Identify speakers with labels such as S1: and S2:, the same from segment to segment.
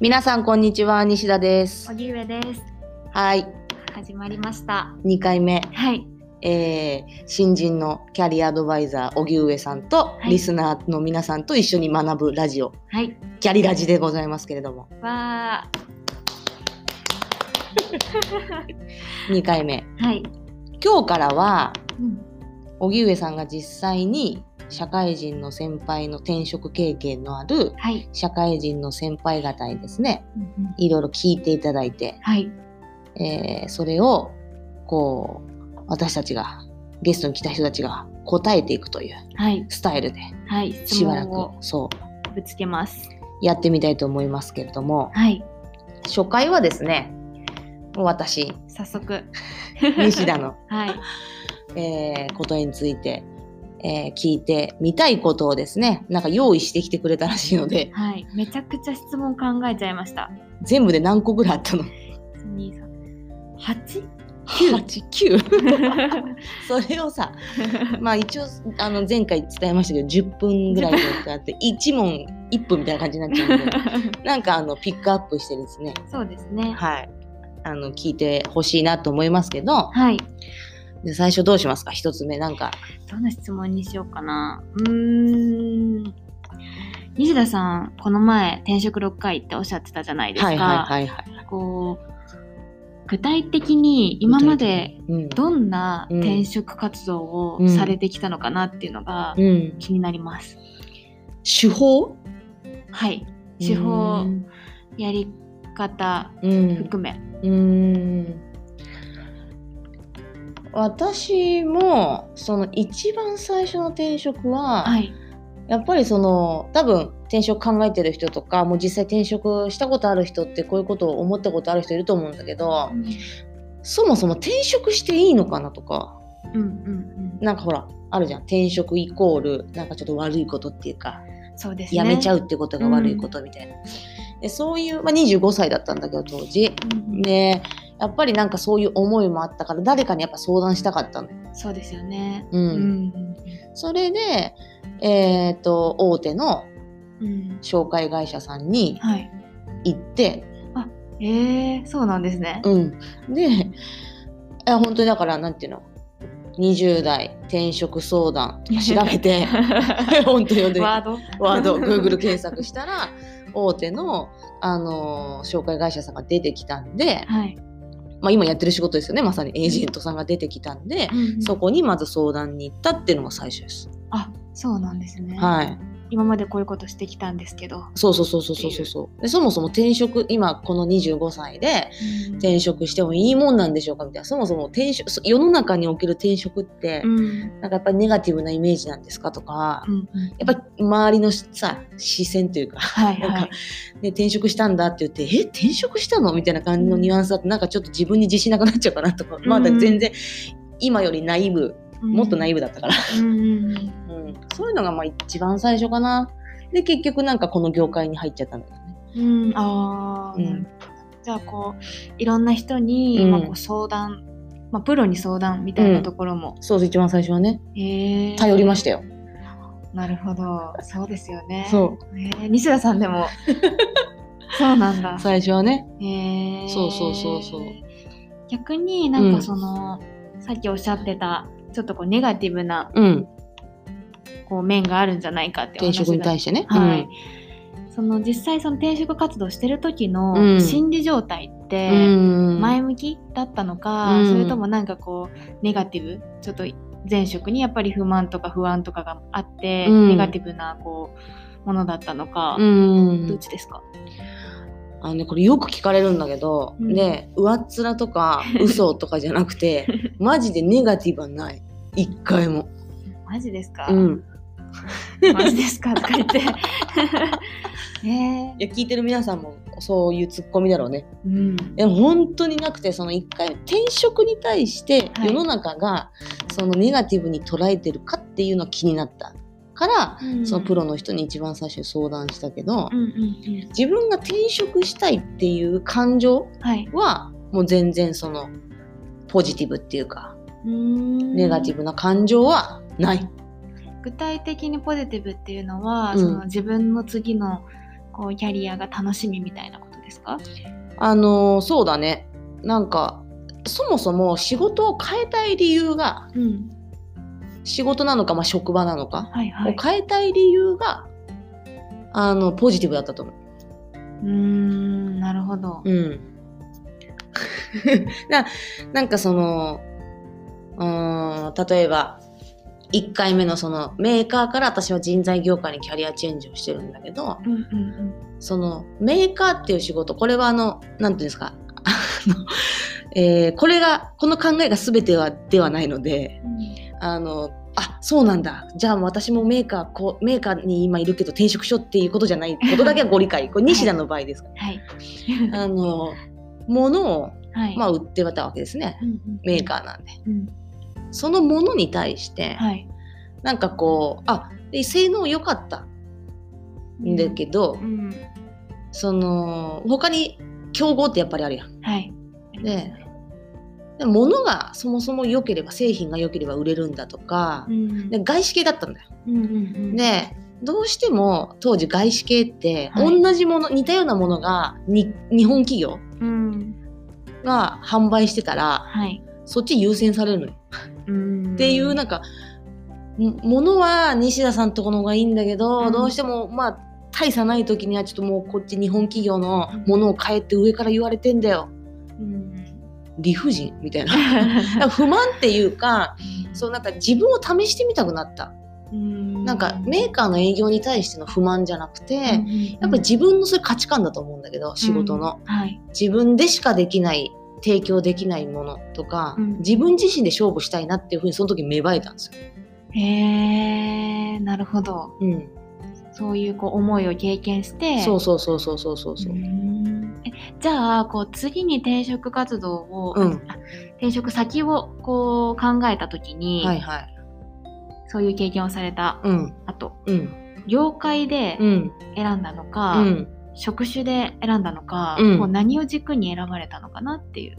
S1: 皆さんこんにちは西田です
S2: 荻上です。
S1: はい
S2: 始まりました。
S1: 2回目、
S2: はい。
S1: えー新人のキャリアアドバイザー荻上さんと、
S2: はい
S1: リスナーの皆さんと一緒に学ぶラジオ
S2: はい。
S1: キャリラジでございますけれども
S2: わ
S1: 2回目
S2: ー。はい。
S1: 今日からは
S2: うん。
S1: 荻上さんが実際に社会人の先輩の転職経験のある
S2: はい。
S1: 社会人の先輩方にですね
S2: うんうん
S1: いろいろ聞いていただいて、
S2: はい。
S1: えーそれをこう私たちがゲストに来た人たちが答えていくという
S2: はい。
S1: スタイルで
S2: はい。
S1: し
S2: 質
S1: ばら
S2: 問
S1: く
S2: を
S1: そう
S2: ぶつけます。
S1: やってみたいと思いますけれども
S2: はい。
S1: 初回はですねもう 私
S2: 早速。
S1: 西田の、
S2: はい。
S1: えーことについて、えー聞いてみたいことをですねなんか用意してきてくれたらしいので
S2: はい。めちゃくちゃ質問考えちゃいました。
S1: 全部で何個ぐらいあったの
S2: 二三八。
S1: ?89 それをさまあ一応あの前回伝えましたけど10分ぐらいでや って1問1分みたいな感じになっちゃうんでなんかあのピックアップしてですね
S2: そうですね。
S1: はいあの聞いてほしいなと思いますけど
S2: はい。
S1: で最初どうしますか一つ目なんか
S2: どんな質問にしようかな。うーん。西田さん、この前転職6回っておっしゃってたじゃないですか。
S1: はいはいはいはい
S2: こう具体的に今まで
S1: うん
S2: どんな転職活動をされてきたのかなっていうのが
S1: うん
S2: 気になります。
S1: 手法
S2: はい、手法やり方
S1: うん
S2: 含め、
S1: うん私もその一番最初の転職は、
S2: はい、
S1: やっぱりその多分転職考えてる人とかもう実際転職したことある人ってこういうことを思ったことある人いると思うんだけど
S2: うん
S1: そもそも転職していいのかなとか
S2: うんうん
S1: なんかほらあるじゃん転職イコールなんかちょっと悪いことっていうか
S2: うん、そうですね。
S1: 辞めちゃ
S2: う。
S1: うってことが悪いことみたいな、でそういう、まあ、25歳だったんだけど当時
S2: うん、
S1: でやっぱりなんかそういう思いもあったから誰かにやっぱ相談したかったのよ、
S2: そうですよね。
S1: うん
S2: うん
S1: それでえっ、と大手の
S2: うんうん、
S1: 紹介会社さんに
S2: はい。
S1: 行って
S2: えー、そうなんですね。
S1: うん、でいや本当にだからなんていうの20代転職相談とか調べ て本当に本当に
S2: ワード。
S1: ワー ド Google 検索したら大手の、あのー紹介会社さんが出てきたんで、
S2: はい。
S1: まあ、今やってる仕事ですよねまさにエージェントさんが出てきたんで、そこにまず相談に行ったっていうのが最初です。
S2: あ、そうなんですね。
S1: はい、
S2: 今までこういうことしてきたんですけど。
S1: そうそうそうそうそうそうそうでそもそも転職今この25歳で
S2: うん
S1: 転職してもいいもんなんでしょうかみたいなそもそも転職世の中における転職って、
S2: うん
S1: なんかやっぱりネガティブなイメージなんですかとか、
S2: うんうん、
S1: やっぱり周りのさ視線というか、
S2: はい
S1: な
S2: は
S1: ん
S2: い
S1: か、ね、転職したんだって言ってえ転職したのみたいな感じのニュアンスだとなんかちょっと自分に自信なくなっちゃうかなとか、まだ全然今よりナイブもっとナイブだったから、
S2: うんうんうん
S1: うんそういうのがまあ一番最初かなで結局なんかこの業界に入っちゃったんだよね。
S2: うん、ああ、
S1: うん
S2: じゃあこういろんな人に、
S1: うん
S2: まあ、こう相談、まあ、プロに相談みたいなところも、
S1: そうそう一番最初はね
S2: えー
S1: 頼りましたよ。
S2: なるほどそうですよね、
S1: そう
S2: えー、西田さん でもそうなんだ、
S1: 最初はね。
S2: えー、
S1: そうそうそうそう
S2: 逆になんかその、さっきおっしゃってたちょっとこうネガティブな
S1: うん、
S2: こう面があるんじゃないかってお
S1: 転
S2: 話
S1: 職に
S2: だ
S1: 対してね。
S2: はい、その実際その転職活動してる時
S1: う
S2: の
S1: ん
S2: 心理状態って、
S1: うん、
S2: 前向きだったのか、
S1: うん
S2: それともなんかこうネガティブちょっと前職にやっぱり不満とか不安とかがあって、
S1: うん
S2: ネガティブなこうものだったのか、
S1: うん
S2: どっちですか、
S1: あのね、これよく聞かれるんだけど、
S2: うん
S1: で上っ面と か嘘とかじゃなくてマジでネガティブはない一回も、
S2: マジですか、
S1: うん、
S2: マジですかとか言って ね
S1: いや聞いてる皆さんもそういうツッコミだろうね
S2: えうん
S1: でも本当になくてその一回転職に対して
S2: はい
S1: 世の中がそのネガティブに捉えてるかっていうのは気になったから、そのプロの人に一番最初に相談したけど、
S2: うんうんうん
S1: 自分が転職したいっていう感情
S2: はい
S1: はもう全然そのポジティブっていうかネ
S2: ネ
S1: ガティブな感情はない。
S2: 具体的にポジティブっていうのは、
S1: うん
S2: その自分の次のこうキャリアが楽しみみたいなことですか
S1: あのそうだねなんかそもそも仕事を変えたい理由が
S2: うん。
S1: 仕事なのか、まあ、職場なのか、
S2: はいはい
S1: を。変えたい理由があのポジティブだったと思う。
S2: うーん、なるほど。
S1: うん、 ななんかそのうーん例えば1回目のそのメーカーから私は人材業界にキャリアチェンジをしてるんだけど
S2: うんうん
S1: そのメーカーっていう仕事これはあの何ていうんですかあの、えーこれがこの考えが全てはではないので
S2: うん。
S1: あのあそうなんだじゃあ私もメーカーこうメーカーに今いるけど転職しようっていうことじゃないことだけはご理解 これ西田の場合ですから
S2: はい。
S1: あの物を
S2: はい。
S1: まあ、売ってたわけですね
S2: うんうん、
S1: メーカーなんで、
S2: ー。うん。
S1: そのものに対して、
S2: はい。
S1: なんかこうあで性能良かったんだけど、
S2: うん。
S1: その他に競合ってやっぱりあるやん
S2: はい。
S1: でで物がそもそも良ければ製品が良ければ売れるんだとか
S2: う、ん。
S1: で外資系だったんだよ、
S2: うんうんうん。
S1: でどうしても当時外資系って、
S2: はい
S1: 同じもの似たようなものがに日本企業
S2: うん。
S1: が販売してたら
S2: はい。
S1: そっち優先されるのよ
S2: うん。
S1: っていうなんかもものは西田さんとこの方がいいんだけど、
S2: うん
S1: どうしてもまあ大差ない時にはちょっともうこっち日本企業のものを変えって上から言われてんだよ
S2: うん。
S1: 理不尽みたいな なんか不満っていうかそうなんか自分を試してみたくなった
S2: う ん。
S1: なんかメーカーの営業に対しての不満じゃなくて、
S2: うんうんうん、
S1: やっぱり自分のそういう価値観だと思うんだけど仕事の、
S2: はい。
S1: 自分でしかできない提供できないものとか、
S2: うん
S1: 自分自身で勝負したいなっていうふうにその時芽生えたんですよ。
S2: へえー、なるほど。
S1: うん
S2: そういうこう思いを経験して。
S1: そうそうそうそうそうそうそうう。
S2: んえじゃあこう次に転職活動を、
S1: うん
S2: あ転職先をこう考えた時に、
S1: はいはい。
S2: そういう経験をされた
S1: うん
S2: 後
S1: うん
S2: 業界で
S1: うん
S2: 選んだの
S1: う
S2: か、
S1: ん。
S2: 職種で選んだのか、
S1: うん
S2: こう何を軸に選ばれたのかなっていう。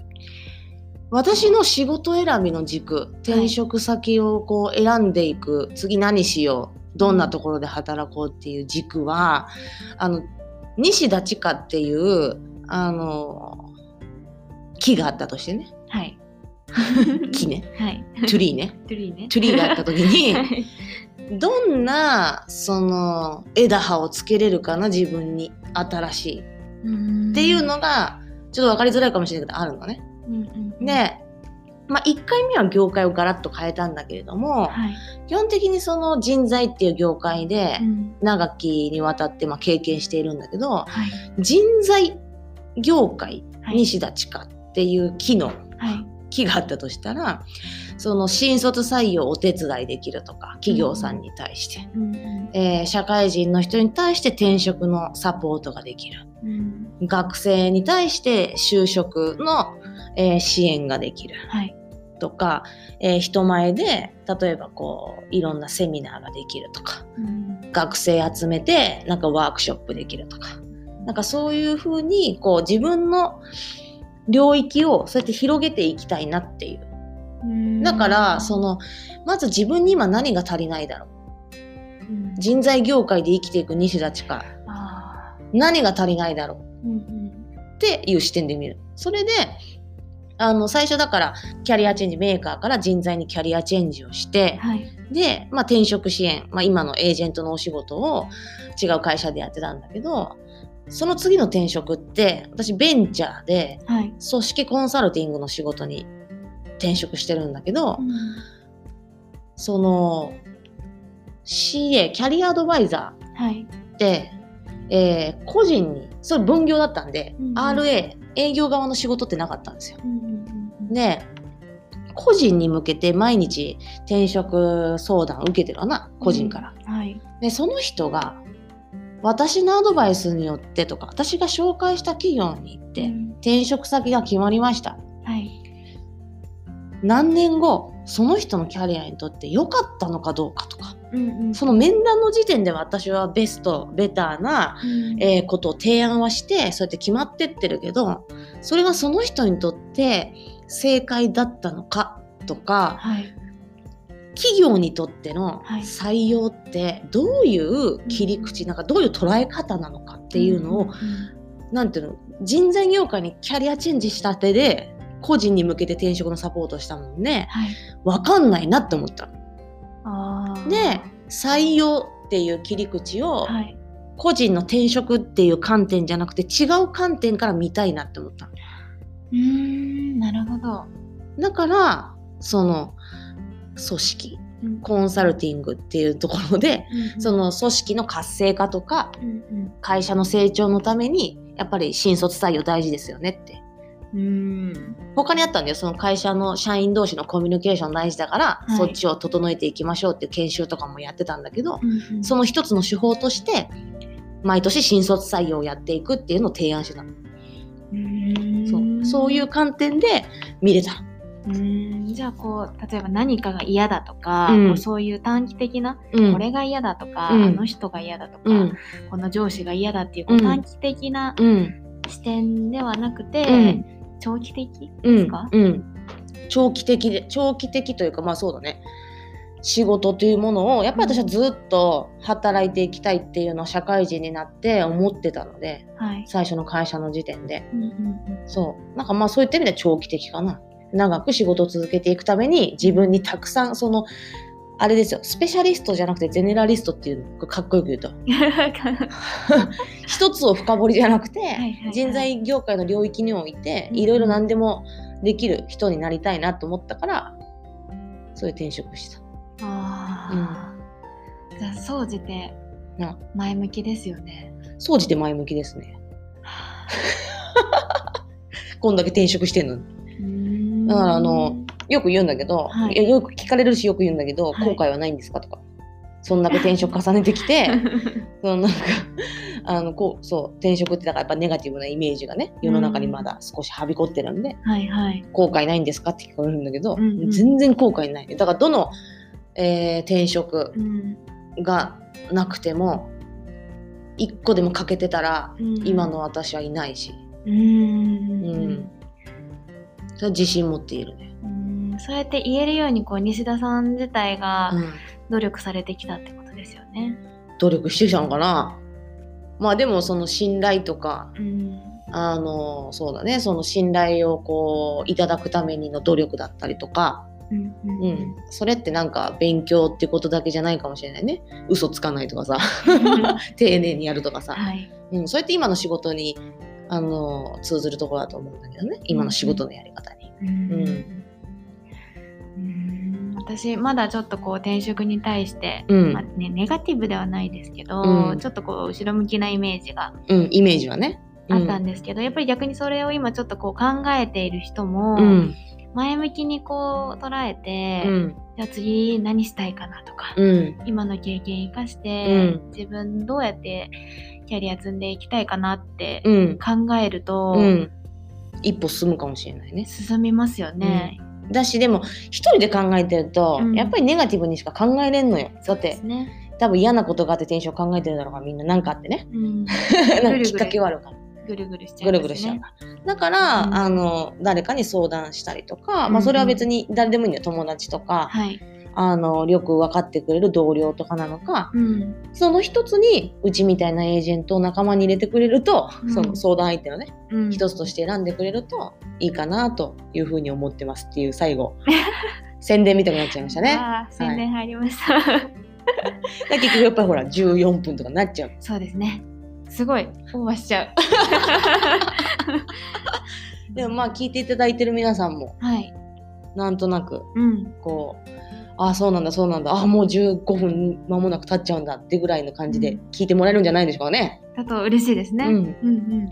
S1: 私の仕事選びの軸、転職先をこう選んでいく、次何しよう、どんなところで働こうっていう軸は、あの西田千佳っていうあの木があったとしてね、
S2: はい。
S1: 木ね、
S2: はい。
S1: トゥリーね、
S2: トゥリーね。
S1: トゥリーがあった時に
S2: は。 い
S1: どんなその枝葉をつけれるかな自分に新しい っていう、のがちょっと分かりづらいかもしれないけどあるのね。
S2: うんうんうん、
S1: で、まあ、1回目は業界をガラッと変えたんだけれども
S2: はい。
S1: 基本的にその人材っていう業界で
S2: うん
S1: 長きにわたってまあ経験しているんだけど
S2: はい。
S1: 人材業界
S2: はい
S1: 西田地下っていう木の
S2: はい。
S1: 木があったとしたらその新卒採用をお手伝いできるとか企業さんに対して、
S2: うんうん
S1: えー社会人の人に対して転職のサポートができる
S2: うん
S1: 学生に対して就職の、えー支援ができる
S2: はい。
S1: とか、えー人前で例えばこういろんなセミナーができるとか
S2: うん
S1: 学生集めてなんかワークショップできるとかなんかそういうふうにこう自分の領域をそうやって広げていきたいなっていう
S2: うん
S1: だからそ、のまず自分に今何が足りないだろう
S2: うん
S1: 人材業界で生きていく西田ちか
S2: あー
S1: 何が足りないだろう
S2: うんうん
S1: っていう視点で見る。それであの最初だからキャリアチェンジメーカーから人材にキャリアチェンジをして
S2: はい。
S1: で、まあ、転職支援、まあ、今のエージェントのお仕事を違う会社でやってたんだけどその次の転職って私ベンチャーで
S2: はい。
S1: 組織コンサルティングの仕事に転職してるんだけど、その CA キャリアアドバイザ
S2: はい。
S1: ーって、えー個人にそれ分業だったんで、
S2: うんうん
S1: RA 営業側の仕事ってなかったんですよ。
S2: うんうんうん
S1: で個人に向けて毎日転職相談受けてるわな個人から。
S2: はい。
S1: でその人が私のアドバイスによってとか私が紹介した企業に行って、
S2: うん
S1: 転職先が決まりました
S2: はい。
S1: 何年後その人のキャリアにとって良かったのかどうかとか
S2: うんうん
S1: その面談の時点で私はベストベターな、
S2: うん
S1: えーことを提案はしてそうやって決まってってるけどそれがその人にとって正解だったのかとか
S2: はい。
S1: 企業にとっての
S2: はい
S1: 採用ってどういう切り口なんかどういう捉え方なのかっていうのを
S2: ん
S1: なんていうの人材業界にキャリアチェンジしたてで個人に向けて転職のサポートしたもんね
S2: はい。
S1: 分かんないなって思ったの
S2: あー
S1: で採用っていう切り口を
S2: はい。
S1: 個人の転職っていう観点じゃなくて違う観点から見たいなって思ったの
S2: うーん、なるほど。
S1: だからその組織
S2: うん
S1: コンサルティングっていうところで
S2: うん
S1: その組織の活性化とか
S2: うん
S1: 会社の成長のためにやっぱり新卒採用大事ですよねって
S2: うん。うん。
S1: 他にあったんだよその会社の社員同士のコミュニケーション大事だから、
S2: い
S1: そっちを整えていきましょうっていう研修とかもやってたんだけど、
S2: うんうん
S1: その一つの手法として毎年新卒採用をやっていくっていうのを提案してたの、
S2: うー
S1: そ
S2: ん
S1: うそういう観点で見れた
S2: うーんじゃあこう例えば何かが嫌だとか、
S1: うん
S2: こうそういう短期的な、
S1: うん
S2: これが嫌だとか、
S1: うん
S2: あの人が嫌だとか、
S1: うん
S2: この上司が嫌だっていうこう
S1: うん
S2: 短期的な
S1: うん
S2: 視点ではなくて、
S1: うん
S2: 長期的
S1: う
S2: です
S1: ん
S2: か、
S1: うん長期的で長期的というかまあそうだね仕事というものをやっぱり私はずっと働いていきたいっていうのは社会人になって思ってたので
S2: はい、
S1: 最初の会社の時点で
S2: う んうん
S1: そう。なんかまあそういった意味では長期的かな。長く仕事を続けていくために自分にたくさんそのあれですよスペシャリストじゃなくてゼネラリストっていうのかっこよく言うと
S2: うんは
S1: 一つを深掘りじゃなくて
S2: いはいはい
S1: 人材業界の領域において
S2: うん
S1: いろいろ何でもできる人になりたいなと思ったからそういう転職した
S2: あーじゃあ総じて
S1: うん
S2: 前向きですよね。
S1: 総じて前向きですねこんだけ転職してんのに
S2: うー ん
S1: だからあのよく言うんだけど、
S2: はい
S1: いやよく聞かれるしよく言うんだけど、
S2: はい
S1: 後悔はないんですかとかそんだけ転職重ねてきて そのなんかあのこうそう転職ってだからやっぱネガティブなイメージがね世の中にまだ少しはびこってるんで、
S2: はいはい。
S1: 後悔ないんですかって聞かれるんだけど、
S2: うんうん
S1: 全然後悔ないだからどの、えー転職
S2: うん
S1: がなくても一個でも欠けてたら
S2: うん
S1: 今の私はいないし、
S2: うー
S1: うん
S2: ん
S1: それは自信持っているね。
S2: うんそうやって言えるようにこう西田さん自体
S1: う
S2: が
S1: ん
S2: 努力されてきたってことですよね。
S1: 努力してきたのかなまあでもその信頼とか
S2: うん、
S1: あのそうだねその信頼をこういただくためにの努力だったりとか、
S2: うん、う
S1: うんん、それってなんか勉強ってことだけじゃないかもしれないね嘘つかないとかさ 丁寧にやるとかさ、
S2: はい。
S1: うん、それって今の仕事にあの通ずるところだと思うんだけどね今の仕事のやり方に。
S2: うんうん私まだちょっとこう転職に対して、
S1: うん
S2: まあね、ネガティブではないですけど、
S1: うん
S2: ちょっとこう後ろ向きなイメージが
S1: うん、イメージはね。
S2: あったん
S1: で、
S2: ですけど、やっぱり逆にそれを今ちょっとこう考えている人も
S1: うん
S2: 前向きにこう捉えて、
S1: うん
S2: じゃあ次何したいかなとか、
S1: うん
S2: 今の経験生かして、
S1: うん
S2: 自分どうやってキャリア積んでいきたいかなって
S1: うん
S2: 考えると、
S1: うん、一歩進むかもしれないね。
S2: 進みますよね。
S1: だしでも一人で考えてると、
S2: うん
S1: やっぱりネガティブにしか考えれんのよだっ
S2: で
S1: て
S2: すね。
S1: 多分嫌なことがあってテンション考えてるだろうからみんな何かあってね
S2: うん、
S1: なん
S2: ぐるぐ
S1: か
S2: る
S1: きっかけはあるから
S2: ぐるぐるしちゃ
S1: ぐる
S2: いますね。
S1: ぐるしちゃうからだから、
S2: うん
S1: あの誰かに相談したりとか、
S2: うんう
S1: まあ、
S2: ん
S1: それは別に誰でもいいのよ友達とか、
S2: はい。
S1: あのよく分かってくれる同僚とかなのか
S2: うん。
S1: その一つにうちみたいなエージェントを仲間に入れてくれると、
S2: うん
S1: その相談相手をね
S2: うん、
S1: 一つとして選んでくれるといいかなというふうに思ってますっていう最 後宣伝みたくなっちゃいましたね。
S2: あー宣伝入りました。
S1: だ から結局やっぱりほら14分とかなっちゃう。
S2: そうですね。すごいオーバーしちゃう。
S1: でもまあ聞いていただいてる皆さんも
S2: はい。
S1: なんとなく
S2: うん。
S1: こうああそうなんだそうなんだああもう15分間もなく経っちゃうんだってぐらいの感じで聞いてもらえるんじゃないでしょうかね。
S2: だと嬉しいですね。
S1: う
S2: うん
S1: ん、
S2: うん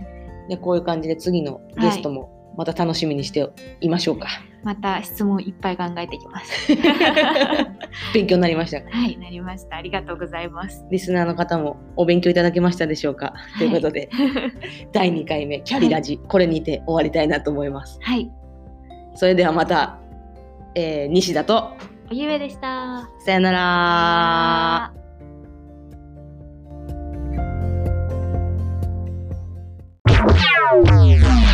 S1: でこういう感じで次のゲストもまた楽しみにしていまし ょうか。
S2: また質問いっぱい考えてきます。
S1: 勉強になりましたか
S2: はい、なりました。ありがとうございます。
S1: リスナーの方もお勉強いただけましたでしょうか、
S2: い
S1: ということで第2回目「キャリラジ」これにて終わりたいなと思います。
S2: はい、
S1: それではまた、えー西田と
S2: おゆえでした。
S1: さよなら。
S2: Wow.